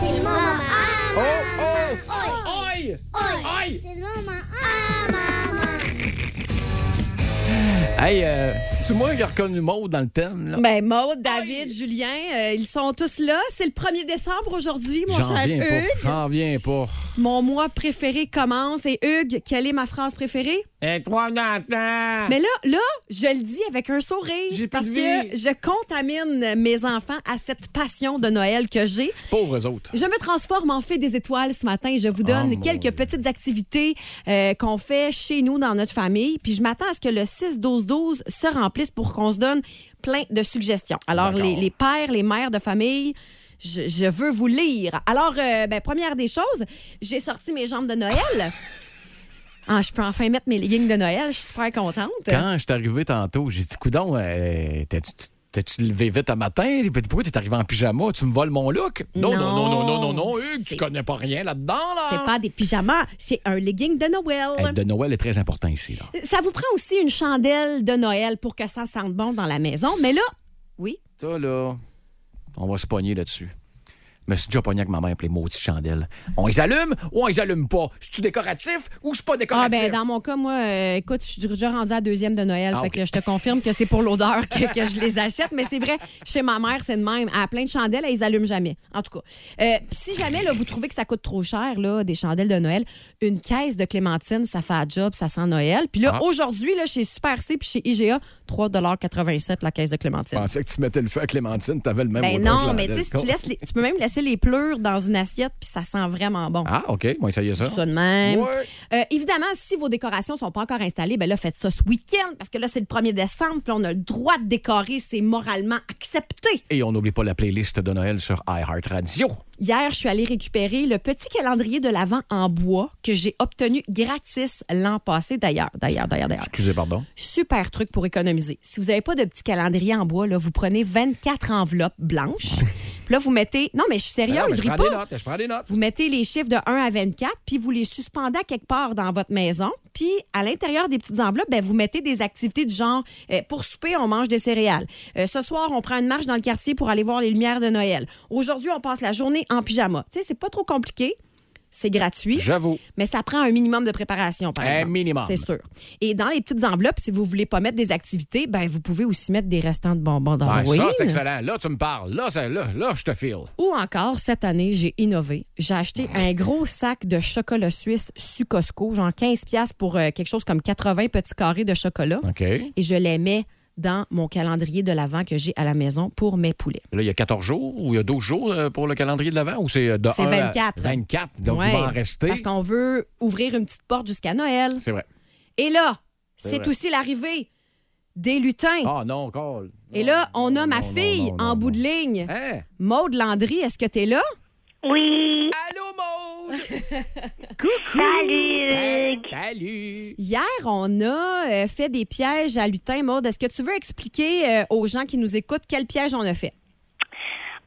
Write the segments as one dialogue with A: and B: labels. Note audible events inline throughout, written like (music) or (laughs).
A: C'est le moment
B: Oh,
A: à
B: oh, aïe!
A: maman.
B: Aïe!
A: C'est le moment à maman.
B: Hey, euh, c'est-tu moi qui ai reconnu Maud dans le thème, là?
C: Ben, Maude, David, Julien, euh, ils sont tous là. C'est le 1er décembre aujourd'hui, mon
B: J'en
C: cher
B: viens
C: Hugues.
B: pas. J'en viens pas.
C: Mon mois préféré commence. Et Hugues, quelle est ma phrase préférée?
D: Et trois enfants.
C: Mais là, là, je le dis avec un sourire
D: Ah. J'ai
C: parce
D: plus
C: que
D: de vie.
C: je contamine mes enfants à cette passion de Noël que j'ai.
B: Pauvres autres.
C: Je me transforme en fée des étoiles ce matin et je vous
B: Ah,
C: donne
B: mon
C: quelques
B: Dieu.
C: petites activités euh, qu'on fait chez nous dans notre famille. Puis je m'attends à ce que le 6-12-12 se remplisse pour qu'on se donne plein de suggestions. Alors,
B: D'accord.
C: les, les pères, les mères de famille, je, je veux vous lire. Alors, euh, ben, première des choses, j'ai sorti mes jambes de Noël. Ah, je peux enfin mettre mes leggings de Noël. Je suis super contente.
B: Quand je suis arrivé tantôt, j'ai dit, coudon, euh, t'as-tu. T'as-tu levé vite un matin? Pourquoi t'es arrivé en pyjama? Tu me voles mon look? Non, non, non, non, non, non, non, Hugues, tu
C: c'est-
B: connais pas rien là-dedans, là!
C: C'est pas des pyjamas, c'est un legging de Noël.
B: Hey, de Noël est très important ici, là.
C: Ça vous prend aussi une chandelle de Noël pour que ça sente bon dans la maison. Mais là, oui.
B: Ça, là, on va se pogner là-dessus. Je me suis déjà pogné avec ma mère pour les maudites chandelles. On les allume ou on les allume pas? C'est-tu décoratif ou je suis pas
C: Ah,
B: décoratif?
C: ben, dans mon cas, moi, euh, écoute, je suis déjà rendue à la deuxième de Noël.
B: Ah,
C: fait
B: ok.
C: que je te confirme que c'est pour l'odeur que, que je les achète. Mais c'est vrai, chez ma mère, c'est de même. Elle a plein de chandelles, elle les allume jamais. En tout cas. Euh, puis si jamais, là, vous trouvez que ça coûte trop cher, là, des chandelles de Noël, une caisse de clémentine, ça fait un job, ça sent Noël. Puis là,
B: Ah.
C: aujourd'hui, là, chez Super C puis chez IGA, 3,87 la caisse de
B: Je
C: clémentine.
B: pensais que tu mettais le feu à Clémentine, t'avais le même
C: Ben
B: odeur
C: non,
B: que
C: mais tu sais, si
B: chandelle.
C: tu laisses les- tu peux même laisser les pleurs dans une assiette, puis ça sent vraiment bon.
B: Ah, OK, moi, ça y est, ça.
C: Tout ça de même.
B: Ouais.
C: Euh, évidemment, si vos décorations sont pas encore installées, ben là, faites ça ce week-end, parce que là, c'est le 1er décembre, puis on a le droit de décorer, c'est moralement accepté.
B: Et on n'oublie pas la playlist de Noël sur iHeartRadio.
C: Hier, je suis allée récupérer le petit calendrier de l'Avent en bois que j'ai obtenu gratis l'an passé, d'ailleurs, d'ailleurs, d'ailleurs, d'ailleurs.
B: Excusez, pardon.
C: Super truc pour économiser. Si vous n'avez pas de petit calendrier en bois, là, vous prenez 24 enveloppes
B: (laughs)
C: blanches. Puis là, vous mettez. Non, mais je suis
B: Ben non, mais
C: sérieuse,
B: je
C: ris
B: prends
C: pas.
B: des notes, je prends des notes.
C: Vous mettez les chiffres de 1 à 24, puis vous les suspendez à quelque part dans votre maison. Puis à l'intérieur des petites enveloppes, ben, vous mettez des activités du genre euh, pour souper, on mange des céréales. Euh, ce soir, on prend une marche dans le quartier pour aller voir les lumières de Noël. Aujourd'hui, on passe la journée en pyjama. Tu sais, c'est pas trop compliqué. C'est gratuit.
B: J'avoue.
C: Mais ça prend un minimum de préparation, par
B: Un
C: exemple.
B: minimum.
C: C'est sûr. Et dans les petites enveloppes, si vous voulez pas mettre des activités, ben vous pouvez aussi mettre des restants de bonbons
B: Ben,
C: d'Halloween.
B: Ça, c'est excellent. Là, tu me parles. Là, ça- là, là je te file.
C: Ou encore, cette année, j'ai innové. J'ai acheté un gros sac de chocolat suisse su Costco, genre 15 pièces pour euh, quelque chose comme 80 petits carrés de chocolat.
B: OK. Là,
C: Et je les mets dans mon calendrier de l'Avent que j'ai à la maison pour mes poulets.
B: il y a 14 jours ou il y a 12 jours euh, pour le calendrier de l'Avent ou c'est euh, de
C: C'est
B: 1 à
C: 24.
B: 24, donc
C: Ouais,
B: il va en rester.
C: Parce qu'on veut ouvrir une petite porte jusqu'à Noël.
B: C'est vrai.
C: Et là,
B: C'est
C: c'est
B: vrai.
C: aussi l'arrivée des lutins.
B: Ah non, Carl.
C: Et
B: Non,
C: là, on a
B: non,
C: ma
B: non,
C: fille
B: non, non,
C: en
B: non.
C: bout de ligne.
B: Hein?
C: Maude Landry, est-ce que t'es là?
A: Oui.
B: Allô, Maud!
A: Salut. Hugues.
B: Salut!
C: Hier, on a euh, fait des pièges à lutin, Maude. Est-ce que tu veux expliquer euh, aux gens qui nous écoutent quel piège on a fait?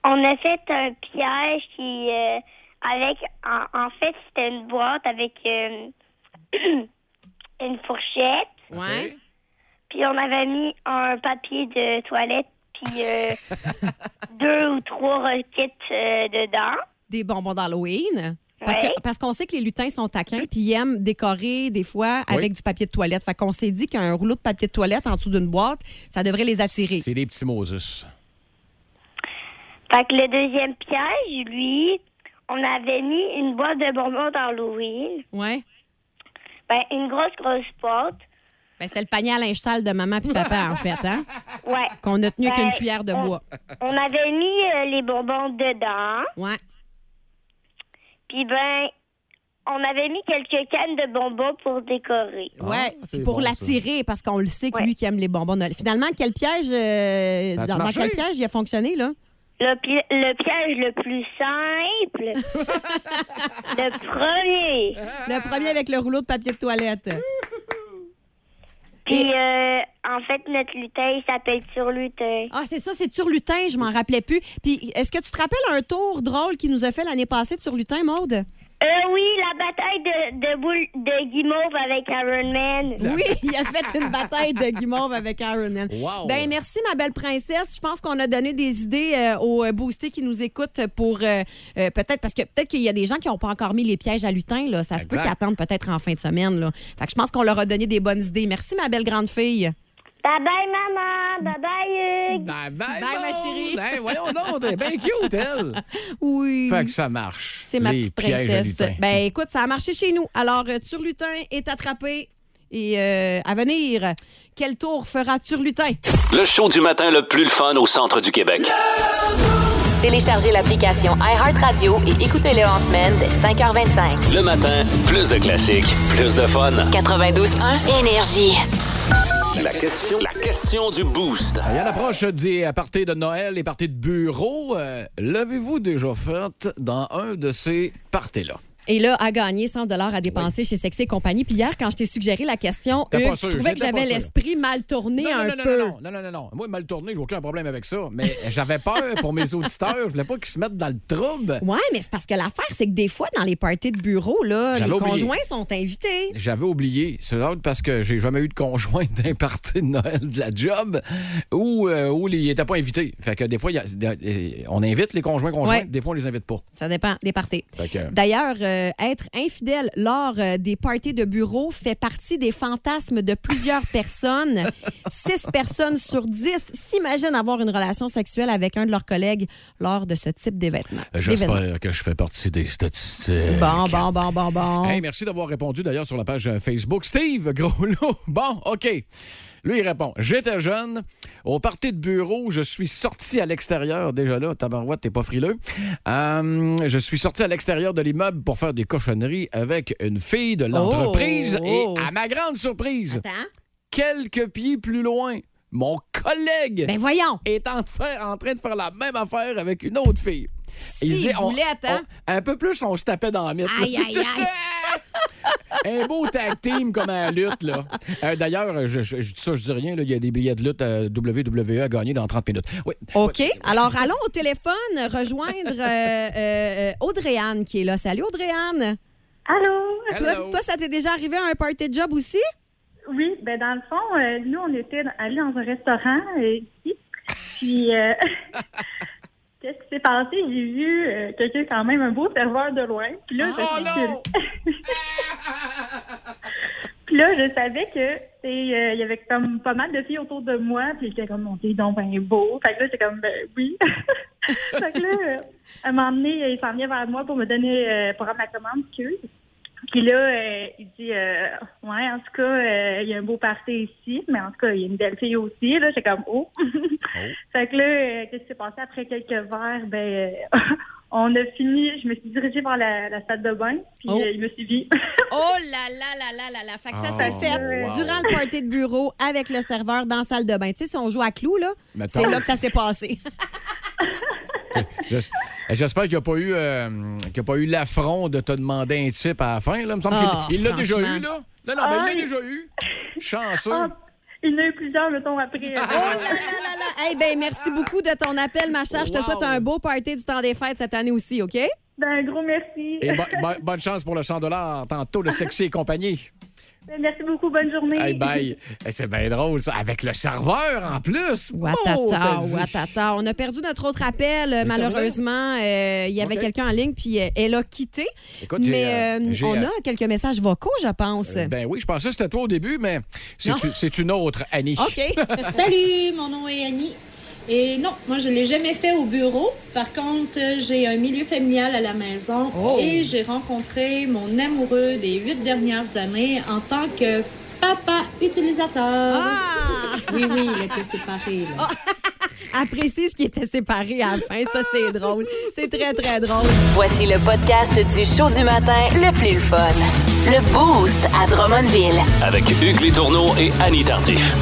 A: On a fait un piège qui, euh, avec, en, en fait, c'était une boîte avec euh, (clears throat) une fourchette.
C: Ouais.
A: Puis on avait mis un papier de toilette, puis
C: (laughs)
A: euh, deux ou trois roquettes euh, dedans.
C: Des bonbons d'Halloween. Parce
A: Ouais.
C: que- parce qu'on sait que les lutins sont taquins puis ils aiment décorer des fois
B: Oui.
C: avec du papier de toilette. Fait qu'on s'est dit qu'un rouleau de papier de toilette en dessous d'une boîte, ça devrait les attirer.
B: C'est des petits Moses.
A: Fait que le deuxième piège, lui, on avait mis une boîte de bonbons d'Halloween.
C: Ouais.
A: Ben, une grosse, grosse boîte.
C: Ben, c'était le panier à linge sale de maman puis papa, en fait, hein?
A: Ouais.
C: Qu'on a tenu avec une
A: Ben,
C: cuillère de
A: on-
C: bois.
A: On avait mis euh, les bonbons dedans.
C: Ouais.
A: Puis ben, on avait mis quelques cannes de bonbons pour décorer.
C: Ouais,
B: Ah,
C: puis
B: c'est
C: pour
B: bon,
C: l'attirer, parce qu'on le sait que
A: Ouais.
C: lui qui aime les bonbons de Noël. Finalement, quel piège, euh,
B: Ça a-tu
C: dans, dans
B: marché?
C: quel piège il a fonctionné, là?
A: Le, pi- le piège le plus simple, le premier.
C: Le premier avec le rouleau de papier de toilette.
A: Puis, euh, en fait, notre lutin, il s'appelle Turlutin.
C: Ah, c'est ça, c'est Turlutin, je m'en rappelais plus. Puis, est-ce que tu te rappelles un tour drôle qui nous a fait l'année passée de Turlutin, Maude?
A: Euh, oui, la bataille de, de boule de guimauve avec Iron Man.
C: Oui, il a fait une bataille de guimauve avec Iron Man.
B: Wow.
C: Ben merci ma belle princesse. Je pense qu'on a donné des idées euh, aux boostés qui nous écoutent pour euh, euh, peut-être parce que peut-être qu'il y a des gens qui n'ont pas encore mis les pièges à lutin là. Ça se peut
B: Exact.
C: qu'ils attendent peut-être en fin de semaine là. Fait que je pense qu'on leur a donné des bonnes idées. Merci ma belle grande fille.
A: Bye bye, maman. Bye bye, Hugues.
B: Bye,
C: Bye,
B: bye,
C: ma chérie.
B: Maud. Hey, voyons donc, t'es bien cute,
C: (laughs)
B: elle.
C: Oui.
B: Fait que ça marche.
C: C'est ma
B: Les
C: petite
B: pièges à
C: princesse.
B: lutin.
C: Ben écoute, ça a marché chez nous. Alors euh, Turlutin est attrapé et euh, à venir, quel tour fera Turlutin
E: Le show du matin le plus le fun au centre du Québec.
F: Téléchargez l'application iHeartRadio et écoutez-le en semaine dès 5h25.
E: Le matin, plus de classiques, plus de fun.
F: 92.1 Énergie.
E: La question, la question du boost.
B: Et à l'approche des parties de Noël et parties de bureau, euh, l'avez-vous déjà fait dans un de ces parties-là?
C: Et là, à gagner 100 dollars à dépenser chez Sexy et compagnie. Puis hier, quand je t'ai suggéré la question,
B: T'es pas
C: Hugues, tu
B: sûr,
C: trouvais que
B: j'étais
C: j'avais
B: pas sûr.
C: l'esprit mal tourné
B: Non,
C: un
B: non, non,
C: peu.
B: non, non, non, non, non, non. Moi, mal tourné, j'ai aucun problème avec ça. Mais (laughs) j'avais peur pour mes auditeurs. Je voulais pas qu'ils se mettent dans le trouble.
C: Ouais, mais c'est parce que l'affaire, c'est que des fois, dans les parties de bureau, là, les
B: J'avais oublié.
C: conjoints sont invités.
B: J'avais oublié. C'est drôle parce que j'ai jamais eu de conjoint d'un (laughs) party de Noël de la job où, euh, où ils n'étaient pas invités. Fait que des fois, il y a- euh, on invite les conjoints conjoints,
C: Ouais.
B: des fois, on les invite pas.
C: Ça dépend des parties.
B: Fait que-
C: D'ailleurs, euh, être infidèle lors euh, des parties de bureau fait partie des fantasmes de plusieurs (laughs) personnes. Six personnes sur dix s'imaginent avoir une relation sexuelle avec un de leurs collègues lors de ce type d'événement. d'événement.
B: Euh, J'espère que je fais partie des statistiques.
C: Bon, bon, bon, bon, bon.
B: Hey, merci d'avoir répondu d'ailleurs sur la page euh, Facebook. Steve Groslo. (laughs) Bon, OK. Lui, il répond J'étais jeune. Au parti de bureau, je suis sorti à l'extérieur. Déjà là, tabarouette, t'es pas frileux. Euh, je suis sorti à l'extérieur de l'immeuble pour faire des cochonneries avec une fille de l'entreprise.
C: Oh!
B: Et à ma grande surprise,
C: Attends.
B: quelques pieds plus loin, mon collègue
C: Ben voyons.
B: est en, de faire- en train de faire la même affaire avec une autre fille.
C: S'il
B: disait,
C: voulait, attends.
B: on- un peu plus, on se tapait dans la mythe. là.
C: Aïe, aïe,
B: (laughs) un beau tag team comme à la lutte. là. Euh, D'ailleurs, je, je- je dis ça, je dis rien. là, Il y a des billets de lutte euh, à WWE E à gagner dans 30 minutes. Oui.
C: OK. Alors, allons au téléphone rejoindre euh, euh, euh, Audrey-Anne qui est là. Salut, Audrey-Anne.
G: Allô?
C: Toi, toi, ça t'est déjà arrivé à un party de job aussi?
G: Oui, ben dans le fond, euh, nous, on était dans- allés dans un restaurant euh, ici. Puis, euh, (laughs) qu'est-ce qui s'est passé? J'ai vu euh, quelqu'un, quand même, un beau serveur de loin. Puis là, je
B: Oh non!
G: (laughs) Puis là, je savais que c'est, euh, il y avait comme pas mal de filles autour de moi, puis j'étais comme, mon Dieu, donc ben beau. Fait que là, j'étais comme, ben oui. (laughs) fait que là, euh, à un moment donné, il s'en vient vers moi pour me donner, euh, pour rendre ma commande, excuse. Puis là, euh, il dit, euh, ouais, en tout cas, euh, il y a un beau party ici, mais en tout cas, il y a une belle fille aussi. Là, j'étais comme, oh. (laughs) fait que là, euh, qu'est-ce qui s'est passé après quelques verres? Ben, euh, (laughs) on a fini, je me suis dirigée vers la, la salle de bain, puis
C: Oh.
G: euh, il me
B: (laughs)
G: suivit.
C: Oh là là là là là là. Fait que ça
B: Oh,
C: s'est fait
B: wow.
C: durant le party de bureau avec le serveur dans la salle de bain. Tu sais, si on joue à clou, là,
B: Mettons.
C: c'est là que ça s'est passé. (laughs)
B: J'es- J'espère qu'il n'y a pas eu, euh, qu'il y a pas eu l'affront de te demander un type à la fin. Là. Il me semble
C: Ah,
B: qu'il il l'a déjà
C: franchement.
B: eu, là. Non, non, ben,
G: Ah,
B: il l'a
G: il-
B: déjà eu. Chanceux.
G: Ah, il y en a eu plusieurs, mettons, après. euh,
C: Oh
B: Ah,
C: là là là là. Hey, ben, merci beaucoup de ton appel, ma chère. Je te
B: Wow.
C: souhaite un beau party du temps des fêtes cette année aussi, OK?
G: Ben, un gros merci.
B: Et bo- bo- bonne chance pour le 100 tantôt, le sexy et compagnie.
G: Ben, Merci beaucoup. Bonne journée.
B: Hey,
G: (laughs)
B: bye. Eh, C'est bien drôle, ça. Avec le serveur, en plus. Oh,
C: Ouattata,
B: t'as dit.
C: ouattata. On a perdu notre autre appel, euh,
B: Mais
C: malheureusement. Euh, il y avait
B: OK.
C: quelqu'un en ligne, puis euh, elle a quitté.
B: Écoute, j'ai,
C: mais
B: euh,
C: euh,
B: j'ai,
C: on
B: euh,
C: a quelques messages vocaux, je pense.
B: Ben oui, je pensais que c'était toi au début, mais c'est
C: Non.
B: une- c'est une autre, Annie. (laughs)
C: OK.
H: Salut, mon nom est Annie. Et non, moi je l'ai jamais fait au bureau. Par contre, euh, j'ai un milieu familial à la maison
C: Oh.
H: et j'ai rencontré mon amoureux des huit dernières années en tant que papa utilisateur.
C: Ah!
H: Oui, oui, il était séparé. là.
C: Elle précise qu'ils étaient séparés à la fin. Ça, c'est drôle. C'est très, très drôle.
F: Voici le podcast du show du matin le plus le fun. Le Boost à Drummondville.
E: Avec Hugues Létourneau et Annie Tardif.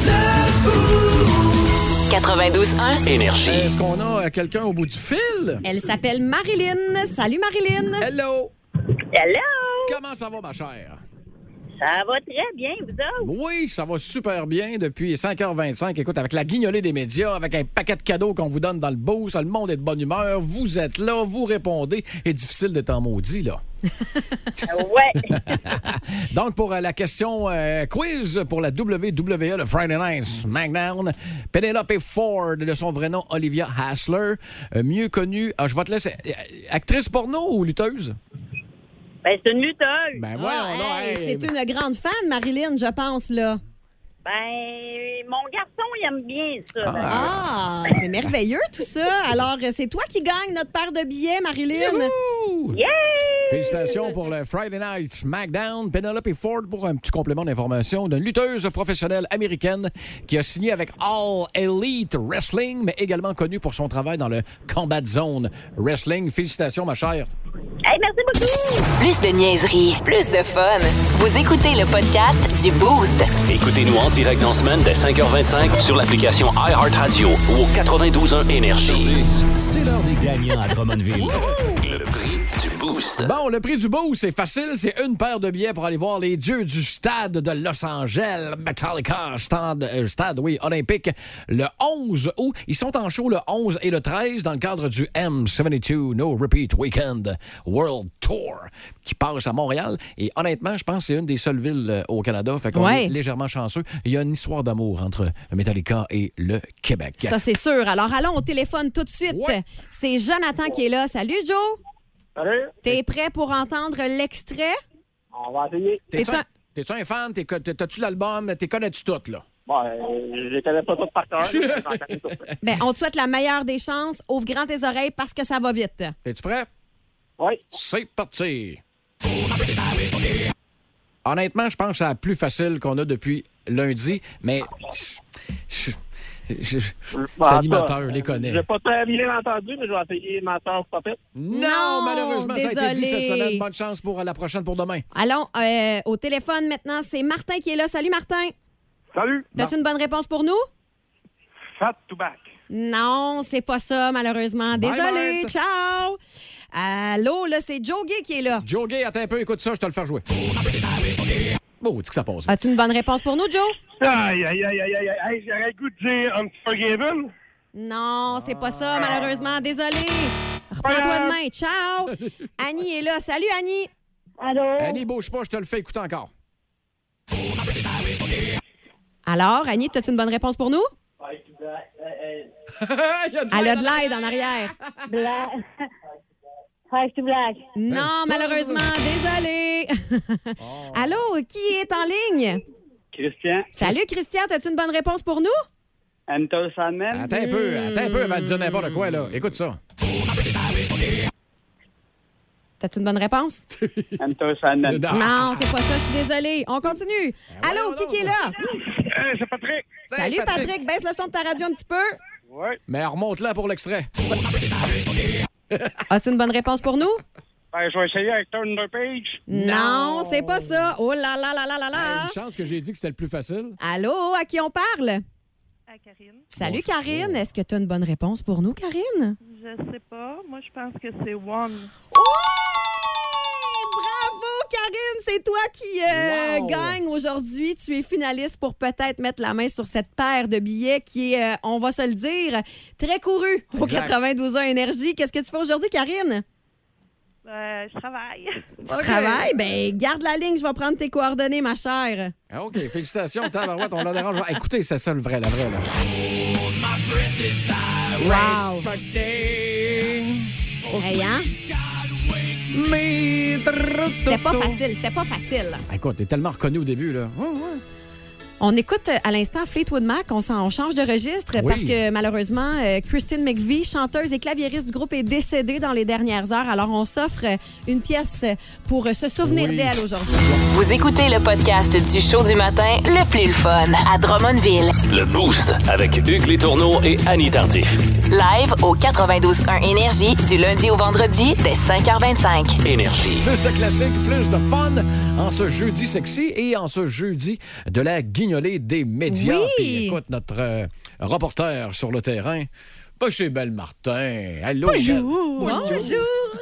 F: 92.1.
E: Énergie.
B: Est-ce qu'on a euh, quelqu'un au bout du fil?
C: Elle s'appelle Marilyn. Salut, Marilyn.
B: Hello.
A: Hello!
B: Comment ça va, ma chère?
I: Ça va très bien, vous autres?
B: Oui, ça va super bien depuis 5h25. Écoute, avec la guignolée des médias, avec un paquet de cadeaux qu'on vous donne dans le beau, ça, le monde est de bonne humeur. Vous êtes là, vous répondez. Et difficile d'être en maudit, là.
I: Ah,
B: (laughs)
I: Ouais.
B: Donc, pour euh, la question euh, quiz pour la WWE, le Friday Night SmackDown, Penelope Ford, de son vrai nom Olivia Hassler, euh, mieux connue, ah, je vais te laisser, euh, actrice porno ou lutteuse?
I: Ben, c'est une lutteuse.
B: Ben,
C: Ah,
B: voyons donc,
C: hey,
B: hey,
C: c'est une grande fan, Marilyn, je pense, là.
I: Ben, mon garçon, il aime bien ça.
C: Ah, c'est merveilleux tout ça. Alors, euh, c'est toi qui gagne notre paire de billets, Marilyn.
B: Ouh!
I: Yeah!
B: Félicitations pour le Friday Night SmackDown. Penelope Ford pour un petit complément d'information d'une lutteuse professionnelle américaine qui a signé avec All Elite Wrestling, mais également connue pour son travail dans le Combat Zone Wrestling. Félicitations, ma chère.
I: Hey, merci beaucoup!
F: Plus de niaiserie, plus de fun. Vous écoutez le podcast du Boost.
E: Écoutez-nous en direct dans la semaine dès 5h25 sur l'application iHeartRadio ou au 92.1 Énergie. C'est l'heure des gagnants à Drummondville. Le prix du Boost.
B: Bon, le prix du beau, c'est facile. C'est une paire de billets pour aller voir les dieux du stade de Los Angeles, Metallica, stade, euh, stade oui, olympique, le 11 août. Ils sont en show le 11 et le 13 dans le cadre du M72 No Repeat Weekend World Tour qui passe à Montréal. Et honnêtement, je pense que c'est une des seules villes euh, au Canada. Fait qu'on
C: Ouais.
B: est légèrement chanceux. Il y a une histoire d'amour entre Metallica et le Québec.
C: Ça, c'est sûr. Alors, allons au téléphone tout de suite.
B: Ouais.
C: C'est Jonathan qui est là. Salut, Joe.
J: Salut,
C: T'es prêt pour entendre l'extrait?
J: on va essayer.
B: T'es-tu
C: t'es
B: un,
C: un-
B: t'es-tu un fan? T'es- T'as-tu l'album? T'es connais-tu tout, là?
J: Bon, euh, je les connais pas tous par cœur. mais j'en connais tous.
C: Ben, on te souhaite la meilleure des chances. Ouvre grand tes oreilles parce que ça va vite.
B: Es-tu prêt?
J: Oui,
B: C'est parti. Honnêtement, je pense que c'est la plus facile qu'on a depuis lundi, mais je- je- je- je- cet
J: Bah,
B: animateur
J: ça,
B: les connaît.
J: J'ai pas très bien entendu, mais je vais essayer ma soeur Popette.
B: Non, malheureusement, ça a été dit cette
C: désolé.
B: semaine. Bonne chance pour euh, la prochaine pour demain.
C: Allons euh, au téléphone maintenant. C'est Martin qui est là. Salut, Martin.
J: Salut,
C: T'as-tu une bonne réponse pour nous?
J: fat to back.
C: Non, c'est pas ça, malheureusement.
B: Bye,
C: Désolé.
B: Marthe.
C: Ciao. Allô, là, c'est Joe Gay qui est là.
B: Joe Gay, attends un peu, écoute ça, je te le fais jouer. Oh, dis que ça passe. vite.
C: As-tu une bonne réponse pour nous, Joe?
J: Aïe, aïe, aïe, aïe, aïe, aïe, j'aurais le goût de dire Unforgiven.
C: Non, c'est pas ça, malheureusement. Désolé. Reprends-toi demain.
J: (laughs)
C: Ciao. Annie est là. Salut, Annie.
A: Allô?
B: Annie, bouge pas, je te le fais écouter encore.
C: Alors, Annie, as-tu une bonne réponse pour nous?
B: Il y a du
C: Elle a
B: monde.
C: de l'aide en arrière.
A: Black. Five to Black.
C: Non, malheureusement. Désolé. (laughs) Allô, qui est en ligne?
J: Christian,
C: Salut, Christian. As-tu une bonne réponse pour nous?
J: Enter Sandman.
B: Attends un peu, attends un peu avant de dire n'importe quoi, là. Écoute ça.
C: T'as-tu une bonne réponse?
J: Enter Sandman.
C: Non, c'est pas ça. Je suis désolée. On continue. Allô, qui qui est là?
J: Euh, c'est Patrick.
C: Salut, Ben, Patrick. Baisse le son de ta radio un petit peu.
J: Oui.
B: Mais remonte-la pour l'extrait.
C: As-tu une bonne réponse pour nous?
J: Ben, je vais essayer avec Thunder Page.
C: Non, Ben, c'est pas ça. Oh là là là là là là.
B: Une chance que j'ai dit que c'était le plus facile.
C: Allô, à qui on parle? À Karine.
K: Ah,
C: Salut, Karine. Est-ce que tu as une bonne réponse pour nous, Karine?
K: Je sais pas. Moi, je pense que c'est One.
C: Oui! Bravo, Karine! C'est toi qui euh,
B: Wow!
C: gagne aujourd'hui. Tu es finaliste pour peut-être mettre la main sur cette paire de billets qui est, euh, on va se le dire, très courue au
B: Exact.
C: 92 ans Énergie. Qu'est-ce que tu fais aujourd'hui, Karine?
K: Euh, je travaille.
C: Tu travailles? Ben, garde la ligne. Je vais prendre tes coordonnées, ma chère.
B: Ah, OK, félicitations, Tabarouette, on la dérange. pas. Écoutez, c'est ça le vrai, la vraie, là.
C: Wow! Hey, hein? C'était
B: C'était
C: pas facile. C'était pas facile.
B: Écoute, t'es tellement reconnu au début, là. Ouais, ouais.
C: On écoute euh, à l'instant Fleetwood Mac, on, s'en- on change de registre euh,
B: Ah Oui.
C: parce que malheureusement, euh, Christine McVie, chanteuse et claviériste du groupe, est décédée dans les dernières heures. Alors, on s'offre euh, une pièce euh, pour euh, se souvenir
B: Oui.
C: d'elle aujourd'hui.
F: Vous écoutez le podcast du show du matin le plus le fun à Drummondville.
E: Le Boost avec Hugues Létourneau et Annie Tardif.
F: Live au 92.1 Énergie du lundi au vendredi dès 5h25.
E: Énergie.
B: Plus de classiques, plus de fun en ce jeudi sexy et en ce jeudi de la guignolée des médias.
C: Oui.
B: Puis écoute, notre euh, reporter sur le terrain, bah, c'est Belle Martin. Allô, Belle.
C: Bonjour!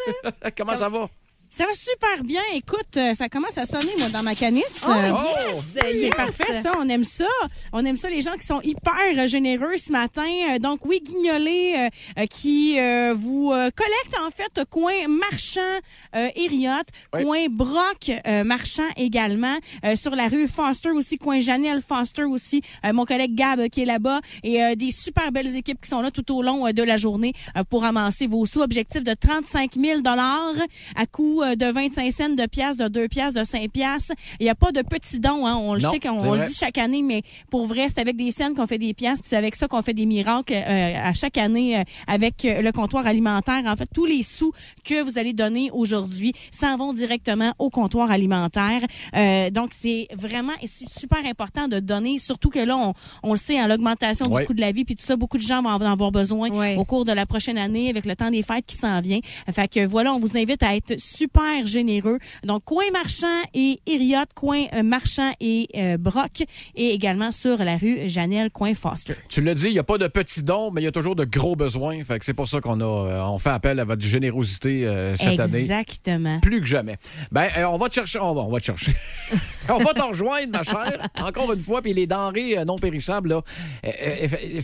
B: (laughs) Comment ça va?
L: Ça va super bien. Écoute, euh, ça commence à sonner, moi, dans ma canisse.
C: Oh,
L: Euh,
C: yes!
L: C'est
C: Yes!
L: parfait, ça. On aime ça. On aime ça, les gens qui sont hyper euh, généreux ce matin. Euh, Donc, oui, Guignolet, euh, euh, qui euh, vous euh, collecte, en fait, coin marchand euh, Ériot, coin Brock euh, marchand également, euh, sur la rue Foster aussi, coin Janelle Foster aussi, euh, mon collègue Gab euh, qui est là-bas, et euh, des super belles équipes qui sont là tout au long euh, de la journée euh, pour amasser vos sous. Objectif de 35 000 à coût euh, de 25 cents, de piastres, de 2 piastres, de 5 piastres. Il n'y a pas de petits dons, hein. on le
M: Non,
L: sait qu'on
M: c'est
L: on le
M: vrai.
L: dit chaque année, mais pour vrai, c'est avec des scènes qu'on fait des piastres, puis c'est avec ça qu'on fait des miracles euh, à chaque année euh, avec euh, le comptoir alimentaire. En fait, tous les sous que vous allez donner aujourd'hui s'en vont directement au comptoir alimentaire. Euh, donc, c'est vraiment su- super important de donner, surtout que là, on, on le sait, en l'augmentation
N: Ouais.
L: du coût de la vie, puis tout ça, beaucoup de gens vont en avoir besoin au cours de la prochaine année avec le temps des fêtes qui s'en vient. Fait que voilà, on vous invite à être super généreux. Donc, Coin Marchand et Iriot, Coin euh, Marchand et euh, Brock, et également sur la rue Janelle, Coin Foster.
B: Tu l'as dit, il n'y a pas de petits dons, mais il y a toujours de gros besoins. Fait que c'est pour ça qu'on a, euh, on fait appel à votre générosité euh, cette année.
L: Exactement.
B: Plus que jamais. Ben, euh, on va te chercher, on va, on va te chercher. (laughs) on va t'en rejoindre, ma chère, encore une fois. Puis les denrées euh, non périssables, là, euh, euh, euh,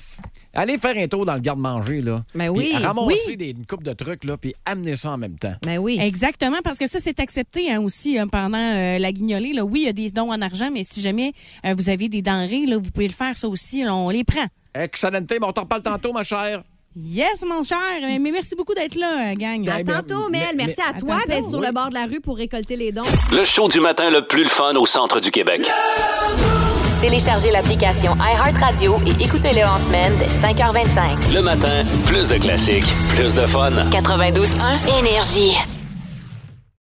B: allez faire un tour dans le garde-manger, là.
C: Ben
B: Puis
C: oui,
B: ramasser
C: oui.
B: des- une coupe de trucs, là, puis amener ça en même temps.
C: Ben oui.
L: Exactement, parce que ça, c'est accepté hein, aussi hein, pendant euh, la guignolée. Là. Oui, il y a des dons en argent, mais si jamais euh, vous avez des denrées, là, vous pouvez le faire, ça aussi, là, on les prend.
B: Excellent, mais on t'en reparle tantôt, ma chère.
L: Yes, mon cher. Mais, mais merci beaucoup d'être là, euh, gang.
B: Ben,
C: À tantôt, Mel. Merci à toi
L: tantôt.
C: d'être sur le bord de la rue pour récolter les dons.
E: Le show du matin le plus le fun au centre du Québec.
F: Téléchargez l'application iHeartRadio et écoutez-le en semaine dès 5h25.
E: Le matin, plus de classiques, plus de fun.
F: 92.1 Énergie.